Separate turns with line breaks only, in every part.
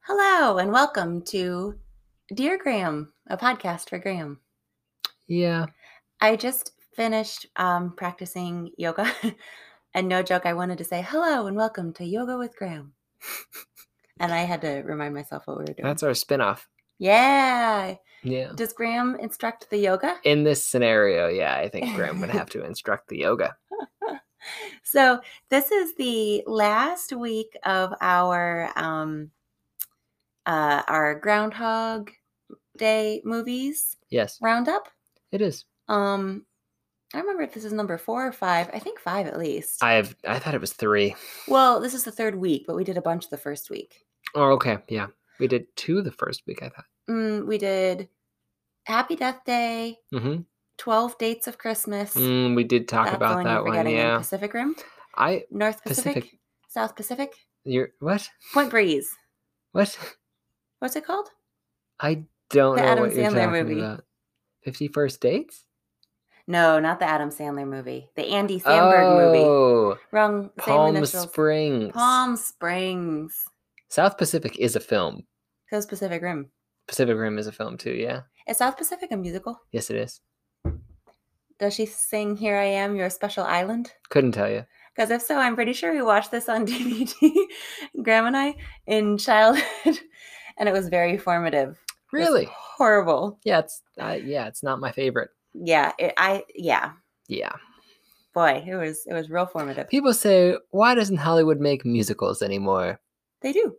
Hello and welcome to Dear Graham, a podcast for Graham.
Yeah.
I just finished um, practicing yoga, and no joke, I wanted to say hello and welcome to Yoga with Graham, and I had to remind myself what we were doing.
That's our spinoff.
yeah.
Yeah.
Does Graham instruct the yoga?
In this scenario, yeah, I think Graham would have to instruct the yoga.
So this is the last week of our um, uh, our Groundhog Day movies
Yes,
roundup.
it is.
Um, I don't remember if this is number four or five. I think five at least.
I've I thought it was three.
well, this is the third week, but we did a bunch the first week.
Oh, okay. Yeah. We did two the first week, I thought.
Mm, we did Happy Death Day,
Mm-hmm.
Twelve Dates of Christmas.
Mm, we did talk
That's the
about
one you're
that one.
forgetting, and
Yeah.
Pacific Rim,
I
North Pacific,
Pacific.
South Pacific,
you're what?
Point Breeze.
What?
What's it called?
I don't
The
know
Adam
what you're
Sandler
talking
movie.
about. Fifty First Dates?
No, not the Adam Sandler movie. The Andy Samberg movie.
oh,
Wrong. same
Palm
initials.
Springs.
Palm Springs.
South Pacific is a film.
Goes Pacific Rim.
Pacific Rim is a film too, yeah.
Is South Pacific a musical?
Yes it is.
Does she sing "Here I Am, Your Special Island"?
Couldn't tell you.
Because if so, I'm pretty sure we watched this on DVD, Graham and I, in childhood, and it was very formative. It was
Really?
horrible.
Yeah, it's uh, yeah, it's not my favorite.
Yeah, it, I yeah,
Yeah,
boy, it was it was real formative.
people say why doesn't Hollywood make musicals anymore?
They do.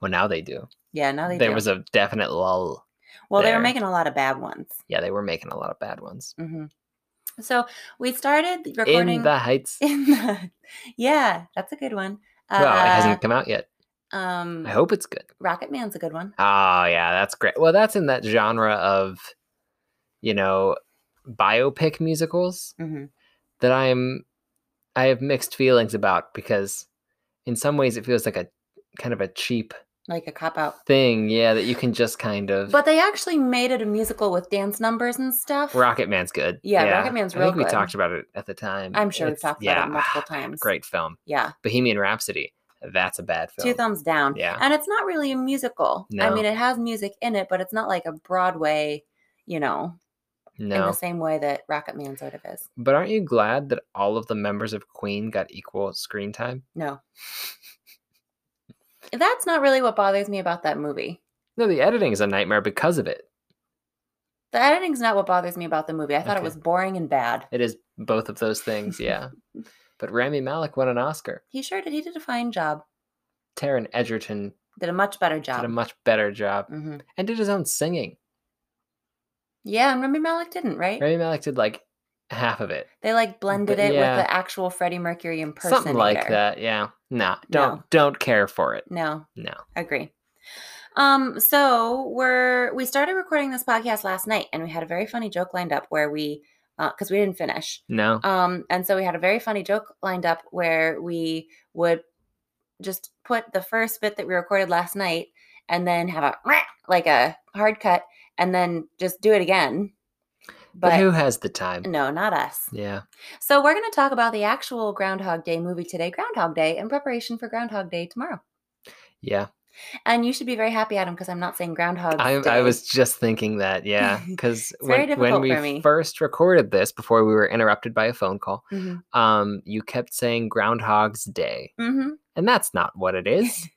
Well, now they do.
Yeah, now they
there
do.
was a definite lull.
well, they were
there.
making a lot of bad ones.
Yeah, they were making a lot of bad ones.
hmm So we started recording
In the Heights.
in the- yeah, that's a good one.
well, it
uh,
hasn't come out yet.
Um,
I hope it's good.
Rocket Man's a good one.
Oh yeah, that's great. Well, that's in that genre of, you know, biopic musicals
hmm
that I'm, I have mixed feelings about because, in some ways, it feels like a kind of a cheap
Like a cop out.
thing. Yeah, that you can just kind of.
But they actually made it a musical with dance numbers and stuff.
Rocket Man's good.
Yeah, Rocket Man's
I
real
think we
good.
talked about it at the time.
I'm sure we've
It's-
talked
yeah,
about it multiple times.
Great film.
Yeah.
Bohemian Rhapsody. That's a bad film.
Two thumbs down.
Yeah.
And it's not really a musical. I
No.
mean, it has music in it, but it's not like a Broadway, you know, in
no.
the same way that Rocket Man sort of is.
But aren't you glad that all of the members of Queen got equal screen time?
No. That's not really what bothers me about that movie.
No, the editing is a nightmare because of it.
The editing's not what bothers me about the movie. I thought it
Okay.
was boring and bad.
It is both of those things, yeah. but Rami Malik won an Oscar.
He sure did. He did a fine job.
Taryn Edgerton
Did a much better job.
did a much better job
hmm
and did his own singing.
Yeah, and Rami Malik didn't, right?
Rami Malik did like half of it.
They like blended it
yeah.
with the actual Freddie Mercury impersonator.
Something like that, yeah. No, don't
No.
don't care for it.
No,
No.
agree. Um, so we're we started recording this podcast last night, and we had a very funny joke lined up where we, because we didn't finish.
No.
Um, and so we had a very funny joke lined up where we would just put the first bit that we recorded last night, and then have a like a hard cut, and then just do it again.
But,
But,
who has the time?
no, not us.
Yeah.
So we're going to talk about the actual Groundhog Day movie today, Groundhog Day, in preparation for Groundhog Day tomorrow.
Yeah.
And you should be very happy, Adam, because I'm not saying Groundhog
I,
Day.
I was just thinking that. Yeah. Because
very
when,
difficult
when
for me.
we first recorded this, before we were interrupted by a phone call,
Mhm.
um, you kept saying Groundhog's Day.
Mhm.
And that's not what it is.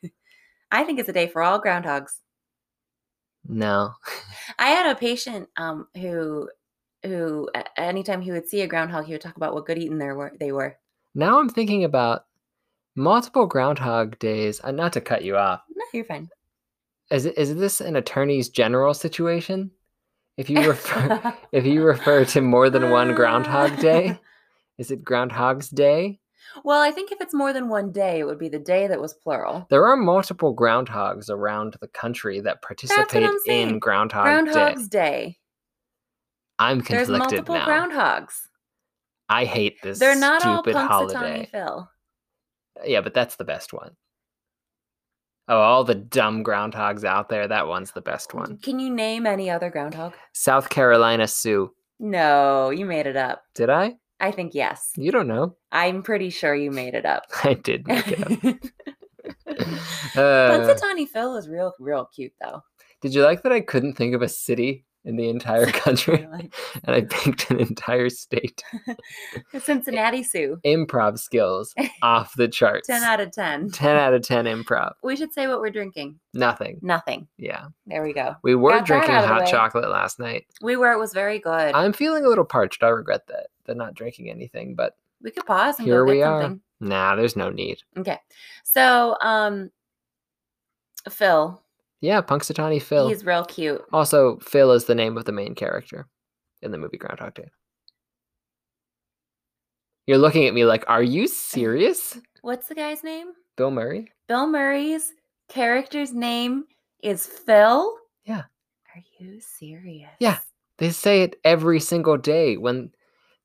I think it's a day for all groundhogs.
no.
I had a patient um, who, who a- anytime he would see a groundhog, he would talk about what good eating there were. They were.
Now I'm thinking about multiple Groundhog Days. Uh, not to cut you off.
No, you're fine.
Is, it- is this an attorney's general situation? If you refer if you refer to more than one Groundhog Day, is it Groundhog's Day?
well, I think if it's more than one day, it would be the day that was plural.
There are multiple groundhogs around the country that participate
I'm saying.
in Groundhog Day.
Groundhog's Day.
I'm
There's
conflicted
multiple
now.
groundhogs.
I hate this
They're not all
stupid
Punxsutawney
holiday. Uh,
Phil.
Yeah, but that's the best one. Oh, all the dumb groundhogs out there, that one's the best one.
Can you name any other groundhog?
South Carolina Sioux.
No, you made it up.
Did I?
I think yes.
You don't know.
I'm pretty sure you made it up.
I did make it up. Uh,
Punxsutawney Phil is real, real cute though.
did you like that I couldn't think of a city in the entire country?
Like,
And I picked an entire state.
the Cincinnati Sue,
Improv skills off the charts.
ten out of ten.
10 out of 10 improv.
We should say what we're drinking.
Nothing.
Nothing.
Yeah.
There we go.
We were
Got that
drinking
out of the
hot
way.
chocolate last night.
We were. It was very good.
I'm feeling a little parched. I regret that, that not drinking anything, but
we could pause and
here
go get
we are.
something.
nah, there's no need.
Okay. So, um, Phil,
Yeah, Punxsutawney Phil.
he's real cute.
Also, Phil is the name of the main character in the movie Groundhog Day. You're looking at me like, are you serious?
What's the guy's name?
Bill Murray?
Bill Murray's character's name is Phil.
Yeah.
Are you serious?
Yeah. They say it every single day when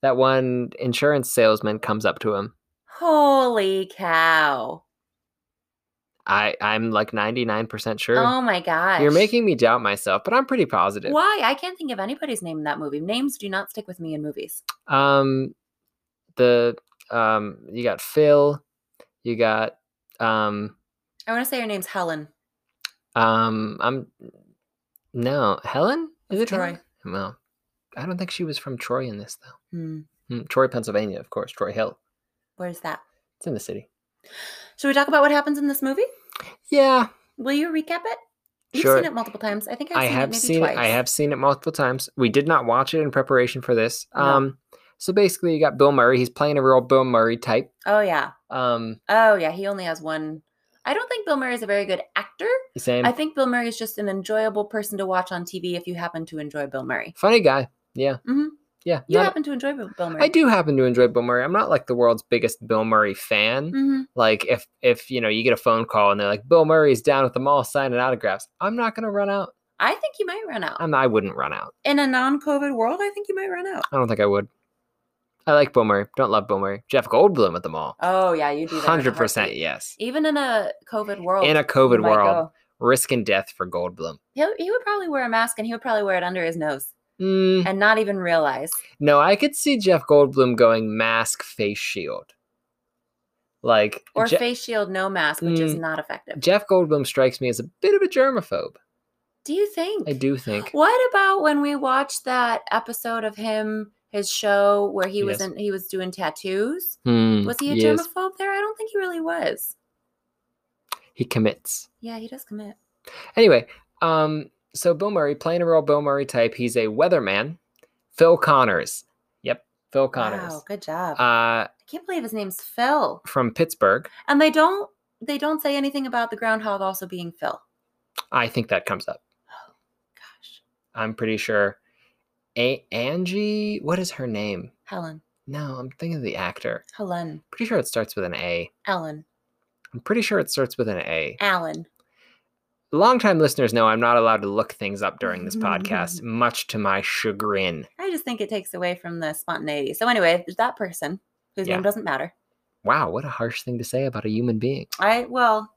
that one insurance salesman comes up to him.
Holy cow.
I, I'm like 99% sure.
Oh my gosh.
You're making me doubt myself, but I'm pretty positive.
Why? I can't think of anybody's name in that movie. Names do not stick with me in movies.
Um, the um, you got Phil, you got um,
I want to say her name's Helen.
Um, I'm no Helen. Is it
Troy.
Helen? Well, I don't think she was from Troy in this though.
Hmm.
Hmm, Troy, Pennsylvania, of course. Troy Hill.
Where's that?
It's in the city.
Should we talk about what happens in this movie?
Yeah,
Will you recap it? You've
Sure.
seen it multiple times. I think I've
I
seen it
have
maybe
seen.
twice.
It, I have seen it multiple times. We did not watch it in preparation for this.
No.
Um, so basically, you got Bill Murray. He's playing a real Bill Murray type.
Oh yeah.
Um,
Oh yeah. He only has one. I don't think Bill Murray is a very good actor.
he's saying
I think Bill Murray is just an enjoyable person to watch on TV if you happen to enjoy Bill Murray.
funny guy. Yeah,
Mhm.
yeah.
You
not-
happen to enjoy Bill Bill Murray.
I do happen to enjoy Bill Murray. I'm not like the world's biggest Bill Murray fan.
hmm
like if if you know you get a phone call and they're like bill murray's down at the mall signing autographs i'm not gonna run out
I think you might run out
I'm, i wouldn't run out
in a non-COVID world. I think you might run out.
i don't think i would i like bill murray don't love bill murray jeff goldblum at the mall
Oh yeah, you do. that in a
100%
heartbeat.
yes
Even in a COVID world.
in a
you
covid
might
world
go.
risking death for goldblum
He'll, he would probably wear a mask and he would probably wear it under his nose
Mm,
and not even realize.
no i could see jeff goldblum going mask face shield like
Or
Je-
face shield, no mask, which is
Mm.
not effective.
jeff goldblum strikes me as a bit of a germaphobe
Do you think?
i do think
What about when we watched that episode of him, his show where he was
Yes.
in, he was doing tattoos?
Hmm,
Was he a
yes,
germaphobe there? I don't think he really was.
he commits
Yeah, he does commit.
Anyway, um, so Bill Murray, playing a real Bill Murray type, he's a weatherman. Phil Connors. Yep, Phil Connors.
Wow, good job.
Uh,
I can't believe his name's Phil.
from Pittsburgh.
And they don't they don't say anything about the groundhog also being Phil.
I think that comes up.
Gosh,
I'm pretty sure. A- Angie, what is her name?
Helen,
No, I'm thinking of the actor.
Helen,
Pretty sure it starts with an A.
Ellen,
I'm pretty sure it starts with an A.
Alan.
Longtime listeners know I'm not allowed to look things up during this podcast, much to my chagrin.
I just think it takes away from the spontaneity. So anyway, that person whose
Yeah.
name doesn't matter.
Wow, what a harsh thing to say about a human being.
I well,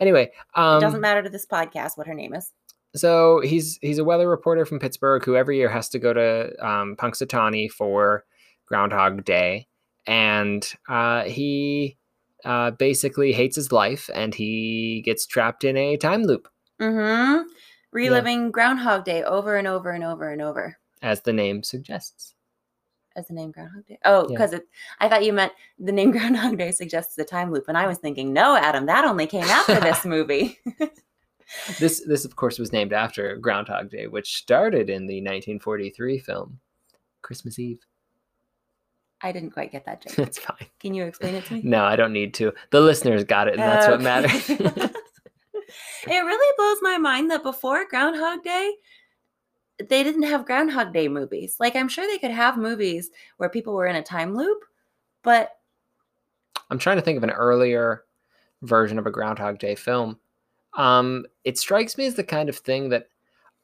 Anyway, um,
it doesn't matter to this podcast what her name is.
so he's he's a weather reporter from Pittsburgh who every year has to go to um, Punxsutawney for Groundhog Day, and uh, he uh, basically hates his life and he gets trapped in a time loop,
Mm-hmm. Reliving Groundhog Day over and over and over and over.
as the name suggests.
as the name Groundhog Day? Oh,
Yeah.
because it. I thought you meant the name Groundhog Day suggests the time loop, and I was thinking, no, Adam, that only came after this movie.
This this of course was named after Groundhog Day, which started in the 1943 film Christmas Eve.
I didn't quite get that joke.
It's fine.
Can you explain it to me?
No, I don't need to. The listeners got it, and that's what
Okay.
matters.
it really blows my mind that before Groundhog Day, they didn't have Groundhog Day movies. Like I'm sure they could have movies where people were in a time loop, but
I'm trying to think of an earlier version of a Groundhog Day film. Um, it strikes me as the kind of thing that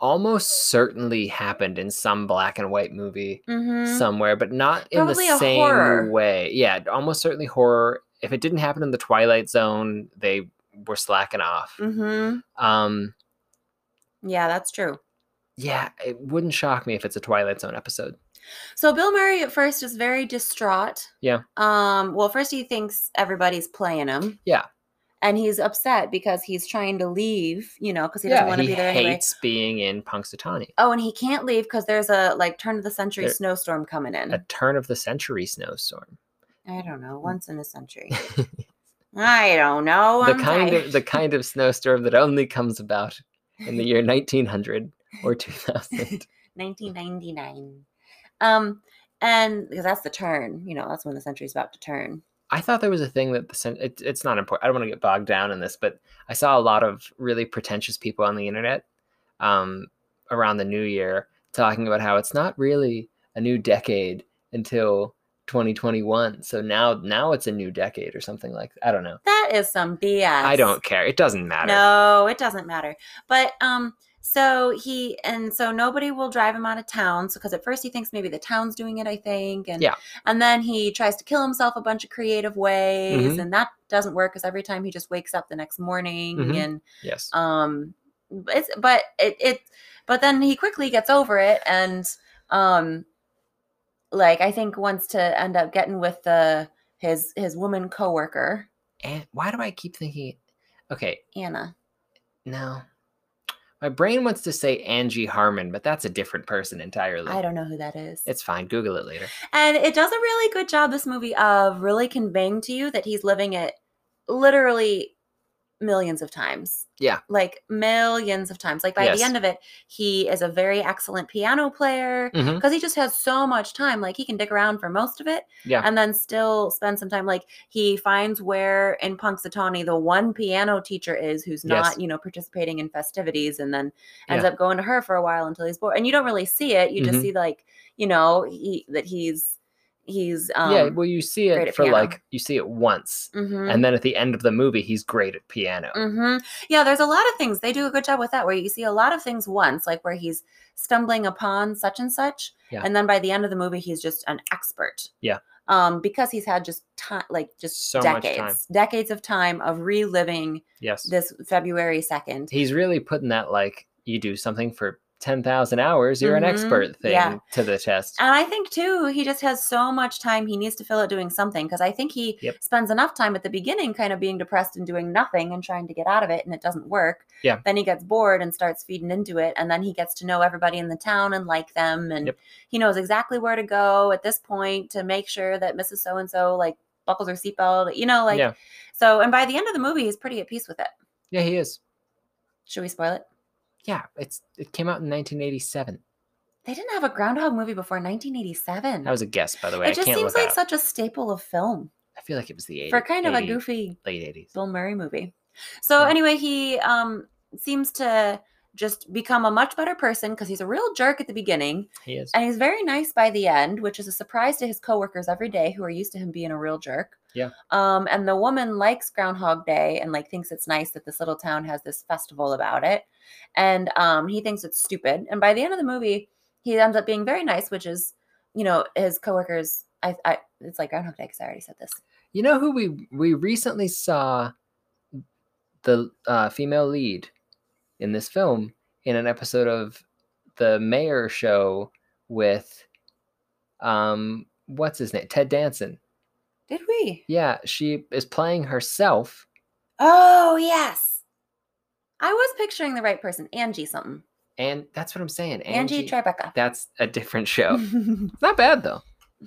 almost certainly happened in some black and white movie
mhm.
somewhere, but not in
Probably
the
a
same
horror.
way. Yeah, almost certainly horror. If it didn't happen in the Twilight Zone, they were slacking off.
Mhm.
Um,
yeah, that's true.
yeah, it wouldn't shock me if it's a Twilight Zone episode.
So Bill Murray at first is very distraught.
Yeah.
Um. Well, first he thinks everybody's playing him.
Yeah.
and he's upset because he's trying to leave, you know, because he doesn't
yeah,
want to
he
be there anyway.
hates being in Punxsutawney.
Oh, and he can't leave because there's a like turn of the century
There-
snowstorm coming in.
A turn of the century snowstorm.
I don't
Mm.
know, once in a century. I don't know.
the
Oh, I'm
kind
tired.
of the kind of snowstorm that only comes about in the year 1900 or 2000.
1999. Um, and because that's the turn, you know, that's when the century's about to turn.
I thought there was a thing that the cen- it, it's not important. I don't want to get bogged down in this, but I saw a lot of really pretentious people on the internet um, around the new year talking about how it's not really a new decade until 2021. So now now it's a new decade or something like I don't know.
That is some BS.
I don't care. It doesn't matter.
No, it doesn't matter. But um, so he and so nobody will drive him out of town. So because at first he thinks maybe the town's doing it, I think, and
Yeah.
and then he tries to kill himself a bunch of creative ways,
Mhm.
and that doesn't work because every time he just wakes up the next morning
Mhm.
and
Yes.
um, it's but it it but then he quickly gets over it and um, like I think wants to end up getting with the his his woman coworker
and why do I keep thinking Okay,
Anna.
No. My brain wants to say Angie Harmon, but that's a different person entirely.
I don't know who that is.
It's fine. Google it later.
And it does a really good job, this movie, of really conveying to you that he's living it literally millions of times.
Yeah.
Like millions of times. Like by
Yes.
the end of it, he is a very excellent piano player
Mhm.
because he just has so much time. Like he can dick around for most of it
Yeah.
and then still spend some time. Like he finds where in Punxsutawney the one piano teacher is who's not,
Yes.
you know, participating in festivities and then ends
Yeah.
up going to her for a while until he's bored. And you don't really see it. You
Mhm.
just see like, you know, he that he's he's um
yeah. Well, you see
great
it
at
for
piano.
like, you see it once.
mhm.
And then at the end of the movie, he's great at piano.
hmm Yeah, there's a lot of things. They do a good job with that where you see a lot of things once, like where he's stumbling upon such and such.
Yeah.
And then by the end of the movie, he's just an expert.
Yeah.
Um, because he's had just time, like just
So much
decades,
time.
decades of time of reliving
Yes.
this February 2nd.
he's really putting that, like, you do something for 10,000 hours, you're
Mhm.
an expert thing
Yeah.
to the test.
And I think too, he just has so much time he needs to fill it doing something because I think he
Yep.
spends enough time at the beginning kind of being depressed and doing nothing and trying to get out of it and it doesn't work.
Yeah.
Then he gets bored and starts feeding into it and then he gets to know everybody in the town and like them and
Yep.
he knows exactly where to go at this point to make sure that Mrs. So and so like buckles her seatbelt, you know, like
yeah.
so and by the end of the movie he's pretty at peace with it.
Yeah, he is.
Should we spoil it?
Yeah. It's It came out in 1987.
They didn't have a groundhog movie before 1987.
That was a guess, by the way.
it just
I can't
seems
look
like
up.
such a staple of film.
I feel like it was the 80s.
for kind of a goofy
Late 80s.
Bill Murray movie. So
Yeah.
anyway, he um seems to just become a much better person because he's a real jerk at the beginning
He is.
and he's very nice by the end, which is a surprise to his coworkers every day who are used to him being a real jerk.
Yeah.
Um and the woman likes Groundhog Day and like thinks it's nice that this little town has this festival about it. And um he thinks it's stupid. And by the end of the movie, he ends up being very nice, which is, you know, his coworkers I, I it's like Groundhog Day because I already said this.
You know who we we recently saw the uh, female lead in this film in an episode of the Mayor show with um what's his name Ted Danson.
Did we?
Yeah, she is playing herself.
Oh, yes. I was picturing the right person, Angie something.
And that's what I'm saying.
Angie,
Angie,
Tribeca.
that's a different show.
Mm,
It's not bad though.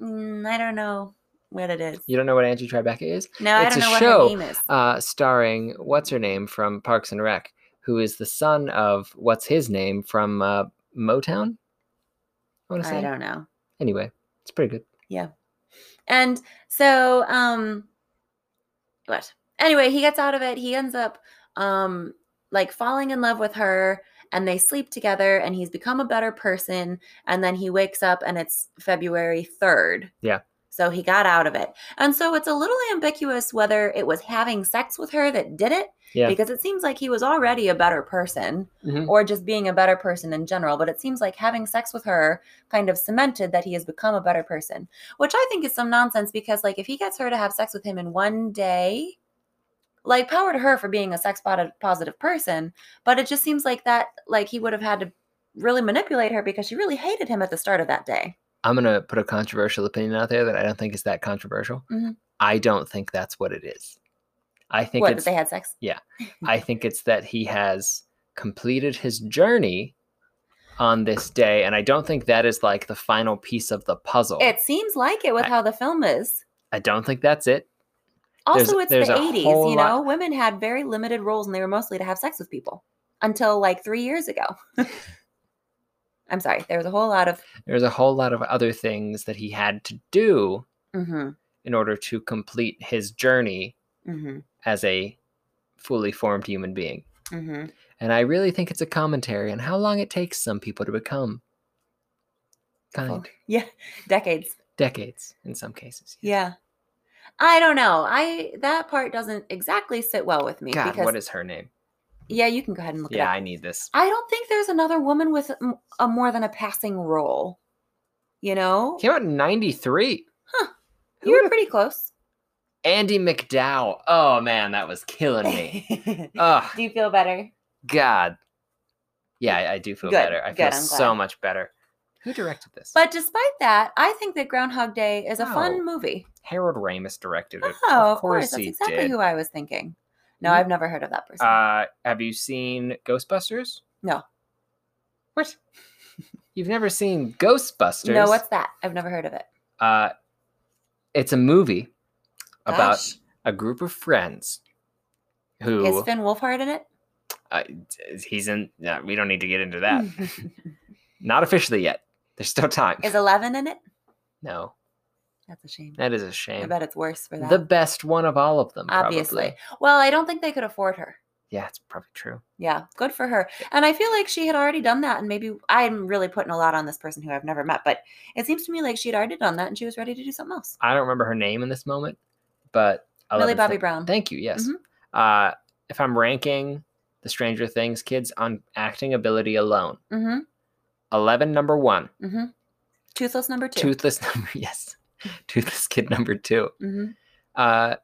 I don't know what it is.
You don't know what Angie Tribeca is?
No, I
It's
don't
a
know what
show.
her name is.
Uh, starring what's her name from Parks and Rec, who is the son of what's his name from uh, Motown. I want to say.
I don't know.
anyway, it's pretty good.
And so, um, what? Anyway, he gets out of it. He ends up, um, like falling in love with her, and they sleep together, and he's become a better person. And then he wakes up, and it's February third.
Yeah.
So he got out of it, and so it's a little ambiguous whether it was having sex with her that did it,
Yeah.
because it seems like he was already a better person,
Mhm.
or just being a better person in general. But it seems like having sex with her kind of cemented that he has become a better person, which I think is some nonsense because, like, if he gets her to have sex with him in one day, like, power to her for being a sex pod- positive person. But it just seems like that, like, he would have had to really manipulate her because she really hated him at the start of that day.
I'm gonna put a
Mm-hmm.
controversial opinion out there that I don't think is that controversial.
Mhm.
I don't think that's what it is. I think
What, that
it's
they had sex?
I think it's that he has completed his journey on this day, and I don't think that is like the final piece of the puzzle.
It seems like it with
I-
how the film is.
I don't think that's it. There's-
Also, it's
there's
the
a
80s,
whole
you
lot-
know? Women had very limited roles and they were mostly to have sex with people until like three years ago. I'm sorry. There was a whole lot of.
There's a whole lot of other things that he had to do
hmm
in order to complete his journey
hmm
as a fully formed human being.
hmm
And I really think it's a commentary on how long it takes some people to become kind.
Yeah. Decades.
Decades in some cases.
Yeah. I don't know. I that part doesn't exactly sit well with me
God,
because
what is her name?
yeah, you can go ahead and look
Yeah,
it
I
up.
need this.
I don't think there's another woman with m- a more than a passing role. You know,
Came out in 93. who
you were
would've-
pretty close.
Andy McDowell. Oh man, that was killing me.
Do
oh
you feel better?
God. Yeah, I, I do feel
Good,
better. I
good,
feel
I'm
so
glad.
much better. Who directed this?
But despite that, I think that Groundhog Day is a
Oh.
fun movie.
Harold Ramis directed it.
Oh, of course, that's
he
exactly
did.
who I was thinking. No,
You-
I've never heard of that person.
Uh, have you seen Ghostbusters?
No.
What? You've never seen Ghostbusters?
no, what's that? I've never heard of it.
Uh, it's a movie about
Gosh.
a group of friends who
is Finn Wolfhard in it?
uh, he's in. No, we don't need to get into that. Not officially yet. There's still time.
is Eleven in it?
no,
That's a shame.
that is a
I
shame.
bet it's worse for that.
The best one of all of them,
obviously.
Mm, Probably.
Well, I don't think they could afford her.
Yeah, it's probably true.
Yeah, good for her. And I feel like she had already done that. And maybe I'm really putting a lot on this person who I've never met, but it seems to me like she'd already done that and she was ready to do something else.
I don't remember her name in this moment, but I
Millie
love
Bobby Brown.
Thank you. Yes.
Mm-hmm.
Uh, if I'm ranking the Stranger Things kids on acting ability alone,
Mm
eleven number one,
hmm. Mm hmm. Toothless number 2
Toothless number yes, Toothless kid number two.
mm-hmm.
Uh,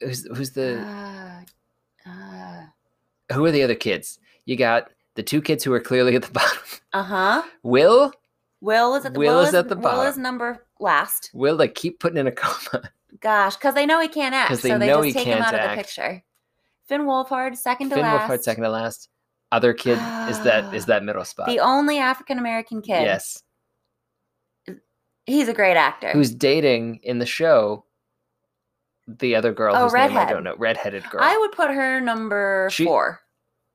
who's who's the Ah,
uh, uh
who are the other kids? You got the two kids who are clearly at the bottom.
huh.
Will
Uh-huh. Will is at the
Will is at the
Will is
bottom.
number last.
Will they keep putting in a comma?
Gosh, because they know he can't act,
'Cause they
so they
know
just
he
take him
can't
out of
act.
the picture. Finn Wolfhard, second to
Finn
last.
Wolfhard second to last. Other kid is that is
Ah,
that middle spot?
The only African American kid.
Yes.
He's a great actor.
who's dating in the show the other girl
Oh,
whose name I
redhead.
don't know, redheaded girl.
I would put her number
She-
four.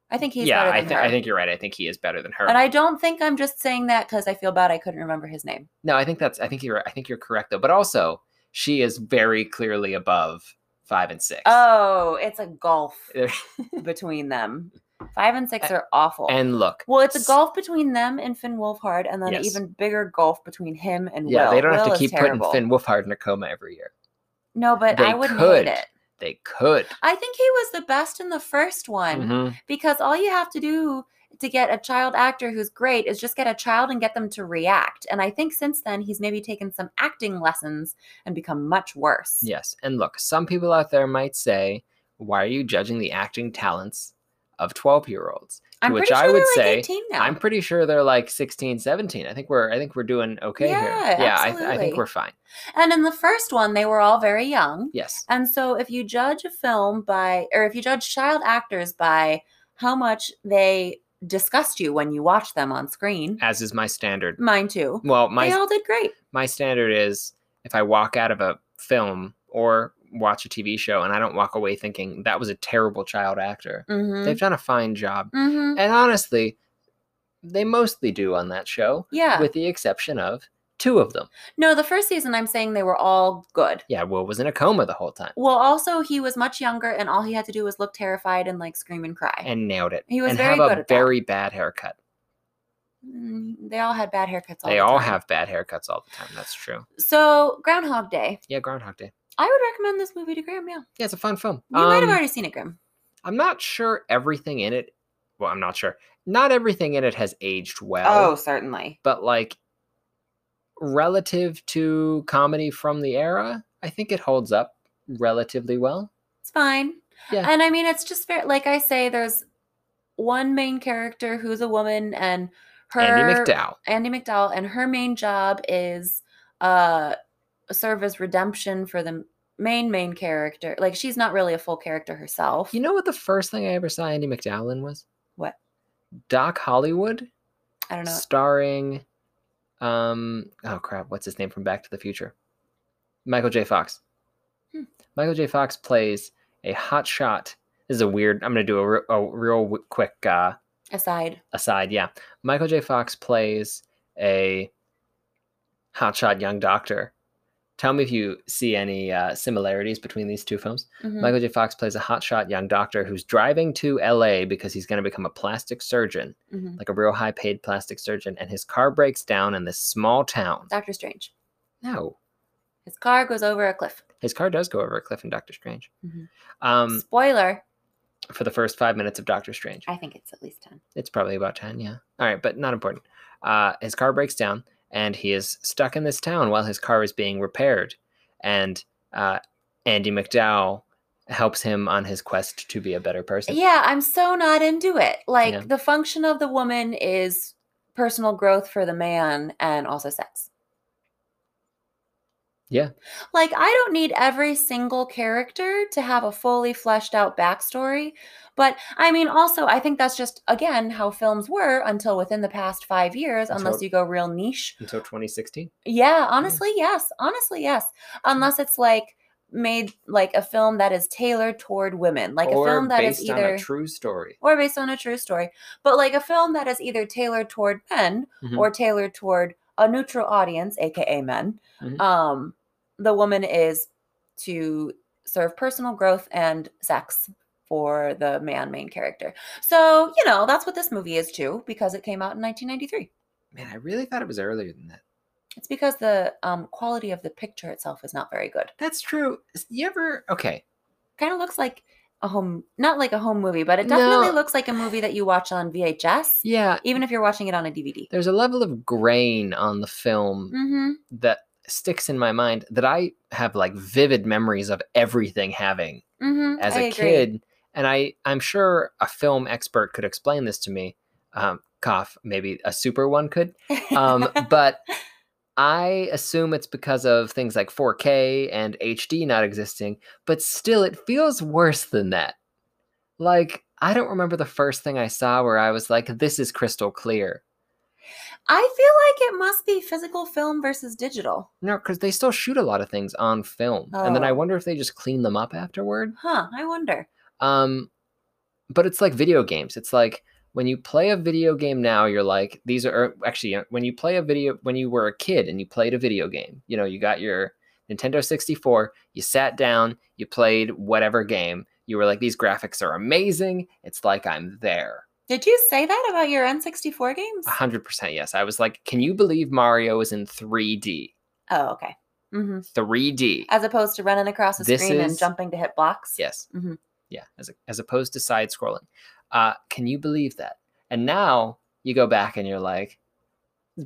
I think he's
yeah,
better
I,
than
thi-
her.
I think you're right. I think he is better than her.
and I don't think I'm just saying that because I feel bad I couldn't remember his name.
no, I think that's. I think you're. I think you're correct though. But also, she is very clearly above five and six.
Oh, it's a gulf
They're-
between them. Five and six are awful.
and look,
well, it's a
s-
gulf between them and Finn Wolfhard, and then an
Yes.
even bigger gulf between him and
yeah,
Will.
they don't have
Will
to
is
keep
terrible.
putting Finn Wolfhard in a coma every year.
No, but
They
I wouldn't
could.
hate it.
They could.
I think he was the best in the first one.
Mhm.
because all you have to do to get a child actor who's great is just get a child and get them to react. And I think since then he's maybe taken some acting lessons and become much worse.
Yes, and look, some people out there might say, "Why are you judging the acting talents of twelve-year-olds?"
I'm
which
pretty
I
sure
would
they're
say,
like 18 now.
I'm pretty sure they're like 16, 17. I think we're I think we're doing okay here.
Yeah,
Yeah, I, th- I think
absolutely.
we're fine.
and in the first one, they were all very young.
Yes.
And so if you judge a film by, or if you judge child actors by how much they disgust you when you watch them on screen,
As is my standard.
mine too,
Well, my
they all did great.
my standard is if I walk out of a film or watch a TV show and I don't walk away thinking that was a terrible child actor.
hmm
They've done a fine job.
hmm
And honestly, they mostly do on that show
Yeah.
with the exception of two of them.
no, the first season, I'm saying they were all good.
Yeah, Will was in a coma the whole time
Well, also he was much younger, and all he had to do was look terrified and like scream and cry.
and nailed it.
He was
and
very
have
good
a
at that.
very bad haircut.
Mm, they all had bad haircuts. All
they
the
all
time.
have bad haircuts all the time. That's true.
So Groundhog Day.
Yeah, Groundhog Day.
I would recommend this movie to Graham. Yeah,
Yeah, it's a fun film.
you might have
Um,
already seen it, Graham.
I'm not sure everything in it. Well, I'm not sure. Not everything in it has aged well.
Oh, certainly.
But like relative to comedy from the era, I think it holds up relatively well.
It's fine.
Yeah.
And I mean, it's just fair. Like I say, there's one main character who's a woman, and her
Andy McDowell.
Andy McDowell, and her main job is uh serve as redemption for the main main character. Like she's not really a full character herself.
You know what the first thing I ever saw Andy McDowell in was?
What?
Doc Hollywood,
I don't know.
starring, um, oh crap, what's his name from Back to the Future? Michael J. Fox.
Hmm.
Michael J. Fox plays a hotshot. This is a weird. I'm gonna do a, re- a real w- quick uh,
Aside.
aside, yeah. Michael J. Fox plays a hotshot young doctor. Tell me if you see any uh, similarities between these two films.
Mhm.
Michael J. Fox plays a hotshot young doctor who's driving to LA because he's going to become a plastic surgeon,
Mhm.
like a real high paid plastic surgeon, and his car breaks down in this small town.
Doctor Strange.
No,
His car goes over a cliff.
his car does go over a cliff in Doctor Strange.
Mhm.
Um,
Spoiler.
for the first five minutes of Doctor Strange.
I think it's at least ten.
It's probably about 10, yeah. All right, but not important. Uh, his car breaks down and he is stuck in this town while his car is being repaired. And uh, Andy McDowell helps him on his quest to be a better person.
Yeah, I'm so not into it. Like
Yeah.
the function of the woman is personal growth for the man and also sex.
Yeah.
Like I don't need every single character to have a fully fleshed out backstory, but I mean also I think that's just again how films were until within the past 5 years
Until-
unless you go real niche.
Until 2016.
Yeah, honestly, yes. Honestly, yes. Unless it's like made like a film that is tailored toward women, like
or
a film that is
based on
either
a true story.
or based on a true story, but like a film that is either tailored toward men
Mhm.
or tailored toward a neutral audience, aka men.
Mhm.
Um, the woman is to serve personal growth and sex for the man main character. So you know that's what this movie is too, because it came out in 1993.
Man, I really thought it was earlier than that.
It's because the um, quality of the picture itself is not very good.
That's true. S- You ever, okay,
Kind of looks like a home, not like a home movie, but it definitely
No.
looks like a movie that you watch on VHS,
yeah,
even if you're watching it on a DVD.
there's a level of grain on the film
Mm-hmm.
that sticks in my mind that I have like vivid memories of everything having
Mm-hmm.
as
a
a kid. And I, I'm sure a film expert could explain this to me. Um, cough, maybe a super one could. Um, but I assume it's because of things like 4K and HD not existing, but still, it feels worse than that. Like, I don't remember the first thing I saw where I was like, this is crystal clear.
I feel like it must be physical film versus digital.
No, because they still shoot a lot of things on film. And then I
Oh.
wonder if they just clean them up afterward.
Huh, I wonder.
Um, but it's like video games. It's like when you play a video game now, you're like, these are or actually uh, when you play a video when you were a kid and you played a video game. You know, you got your Nintendo 64, you sat down, you played whatever game. You were like, these graphics are amazing. It's like I'm there.
Did you say that about your N64 games?
Ah. 100% yes. I was like, can you believe Mario is in 3D?
Oh, okay. hmm
3D.
As opposed to running across the
This
screen and
is-
jumping to hit blocks.
Yes.
Mhm.
Yeah. As, as opposed to side scrolling. Uh, can you believe that? And now you go back and you're like, it's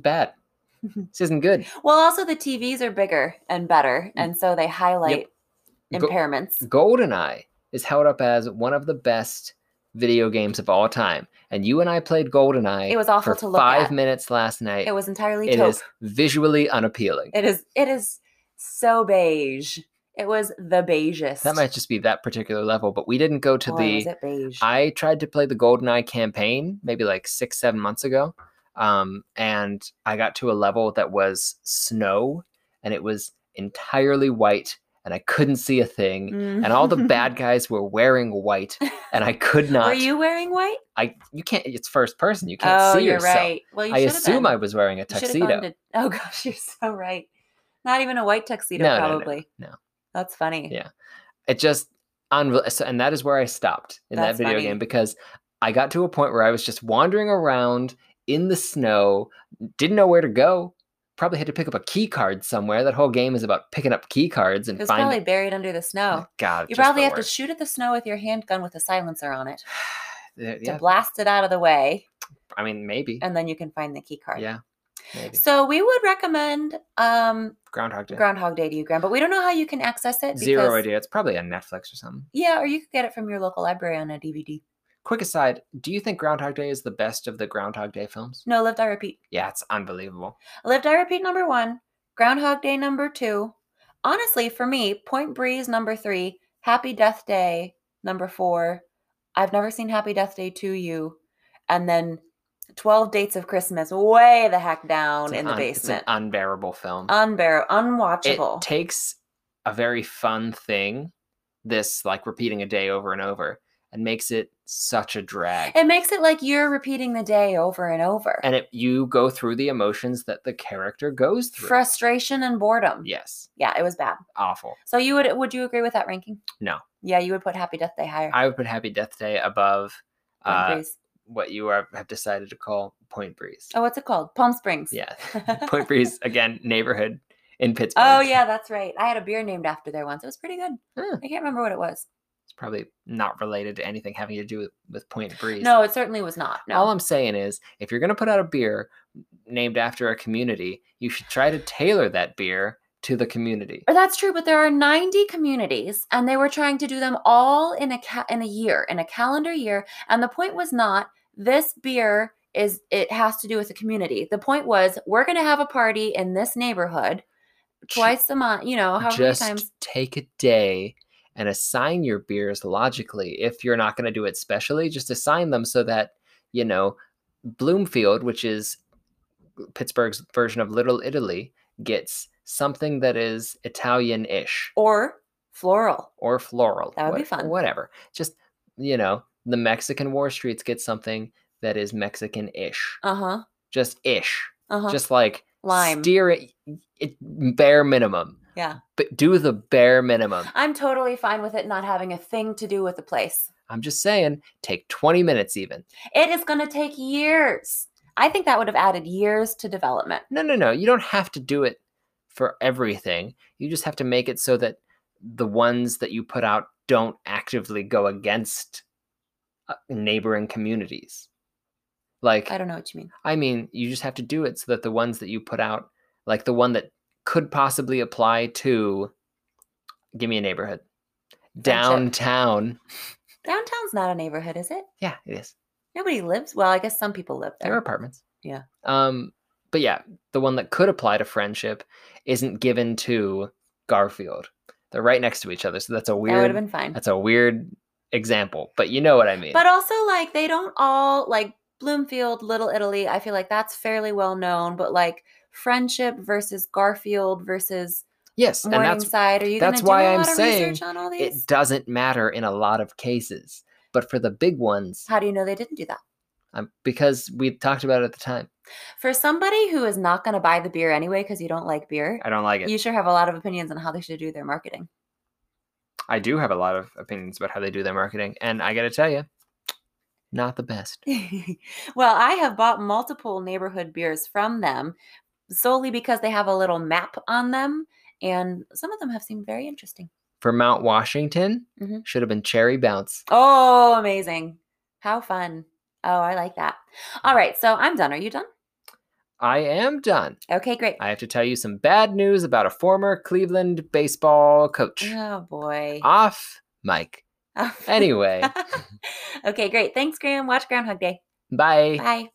bad. this isn't good.
Well, also the TVs are bigger and better, and so they highlight
Mm. Go-
impairments.
GoldenEye is held up as one of the best video games of all time. And you and I played GoldenEye
It was awful
for
to look
five
at.
minutes last night.
it was entirely
It
taupe.
is visually unappealing.
it is. It is so beige. It was the beigest.
that might just be that particular level, but we didn't go to
Boy,
the.
was it beige.
I tried to play the GoldenEye campaign maybe like six, seven months ago. Um, and I got to a level that was snow and it was entirely white and I couldn't see a thing.
Mm-hmm.
And all the bad guys were wearing white and I could not.
Were you wearing white?
I, you can't, it's first person. You can't
oh,
see
you're
yourself.
right. Well, you
I
should've
assume
been.
I was wearing a
You should've
tuxedo.
gone to- oh gosh, you're so right. Not even a white tuxedo,
No, no, no,
probably.
no.
That's funny.
Yeah. it just unreal so- and that is where i stopped in
That's
that video
funny.
game because i got to a point where i was just wandering around in the snow didn't know where to go probably had to pick up a key card somewhere that whole game is about picking up key cards and
It was probably
finding
buried under the snow.
god
you
just
probably
the
have to
worst.
shoot at the snow with your handgun with a silencer on it
Yeah,
to
Uh, yeah
blast it out of the way,
i mean maybe
and then you can find the key card.
yeah maybe
So we would recommend um,
groundhog day
Groundhog Day to you, Graham, but we don't know how you can access it.
zero
because-
idea it's probably on netflix or something
Yeah, or you could get it from your local library on a DVD.
quick aside do you think groundhog day is the best of the groundhog day films
No, Lived I Repeat.
yeah it's unbelievable
Lived I Repeat number one, Groundhog Day number two, honestly, for me, Point Breeze number three, Happy Death Day number four, I've never seen Happy Death Day to you, and then Twelve Dates of Christmas, way the heck down
It's
in
an
the
un-
basement,
It's an unbearable film.
unbearable,
it
unwatchable.
takes a very fun thing, this like repeating a day over and over, and makes it such a drag.
it makes it like you're repeating the day over and over.
and it, you go through the emotions that the character goes through.
Frustration and boredom.
yes,
Yeah, it was bad.
awful.
So you would would you agree with that ranking?
No.
Yeah, you would put Happy Death Day higher.
I would put Happy Death Day above
Palm
uh,
Breeze.
what you are, have decided to call Point Breeze.
Oh, what's it called? Palm Springs.
Yeah, Point Breeze again, neighborhood in Pittsburgh.
Oh yeah, that's right. I had a beer named after there once. It was pretty good.
Hmm.
I can't remember what it was.
it's probably not related to anything having to do with, with Point Breeze.
No, it certainly was not. No.
All I'm saying is, if you're going to put out a beer named after a community, you should try to tailor that beer to the community.
Or that's true, but there are 90 communities, and they were trying to do them all in a ca- in a year, in a calendar year. And the point was not this beer is it has to do with the community. The point was we're going to have a party in this neighborhood
Ju-
twice a month. You know, however
Just
many times.
take a day and assign your beers logically. If you're not going to do it specially, just assign them so that, you know, Bloomfield, which is Pittsburgh's version of Little Italy, gets something that is Italian ish.
Or floral.
or floral.
That would be
what-
fun.
Whatever. Just, you know, the Mexican war streets get something that is Mexican ish.
Uh huh.
Just ish.
Uh huh.
Just like
Lime.
steer it, it bare minimum.
Yeah.
But do the bare minimum.
I'm totally fine with it not having a thing to do with the place.
I'm just saying, take 20 minutes even.
It is going to take years. I think that would have added years to development.
No, no, no. You don't have to do it for everything. You just have to make it so that the ones that you put out don't actively go against uh, neighboring communities. Like
I don't know what you mean.
I mean, you just have to do it so that the ones that you put out, like the one that could possibly apply to, give me a neighborhood, downtown.
Downtown's not a neighborhood, is it?
Yeah, it is.
Nobody lives. Well, I guess some people live
There are
there.
apartments.
Yeah.
Um, but yeah, the one that could apply to friendship isn't given to Garfield. They're right next to each other, so that's a
That would have
weird.
been fine.
That's a weird example, but you know what I mean.
But also, like, they don't all like Bloomfield, Little Italy. I feel like that's fairly well known, but like friendship versus Garfield versus
yes, and that's
Morningside. Are you going to
that's
do
why
a
I'm
lot of
saying
research on all
it
these?
doesn't matter in a lot of cases, but for the big ones,
How do you know they didn't do that?
um, because we talked about it at the time.
For somebody who is not going to buy the beer anyway because you don't like beer,
I don't like it.
you sure have a lot of opinions on how they should do their marketing.
I do have a lot of opinions about how they do their marketing, and I got to tell you, not the best.
well, I have bought multiple neighborhood beers from them solely because they have a little map on them, and some of them have seemed very interesting.
For Mount Washington,
Mhm.
should have been Cherry Bounce.
Oh, amazing. How fun. Oh, I like that.
Mm.
All right, so I'm done. Are you done?
I am done.
Okay, great.
I have to tell you some bad news about a former Cleveland baseball coach.
Oh, boy.
Off mic. Anyway,
okay, great. Thanks, Graham. Watch Groundhog Day.
bye.
Bye.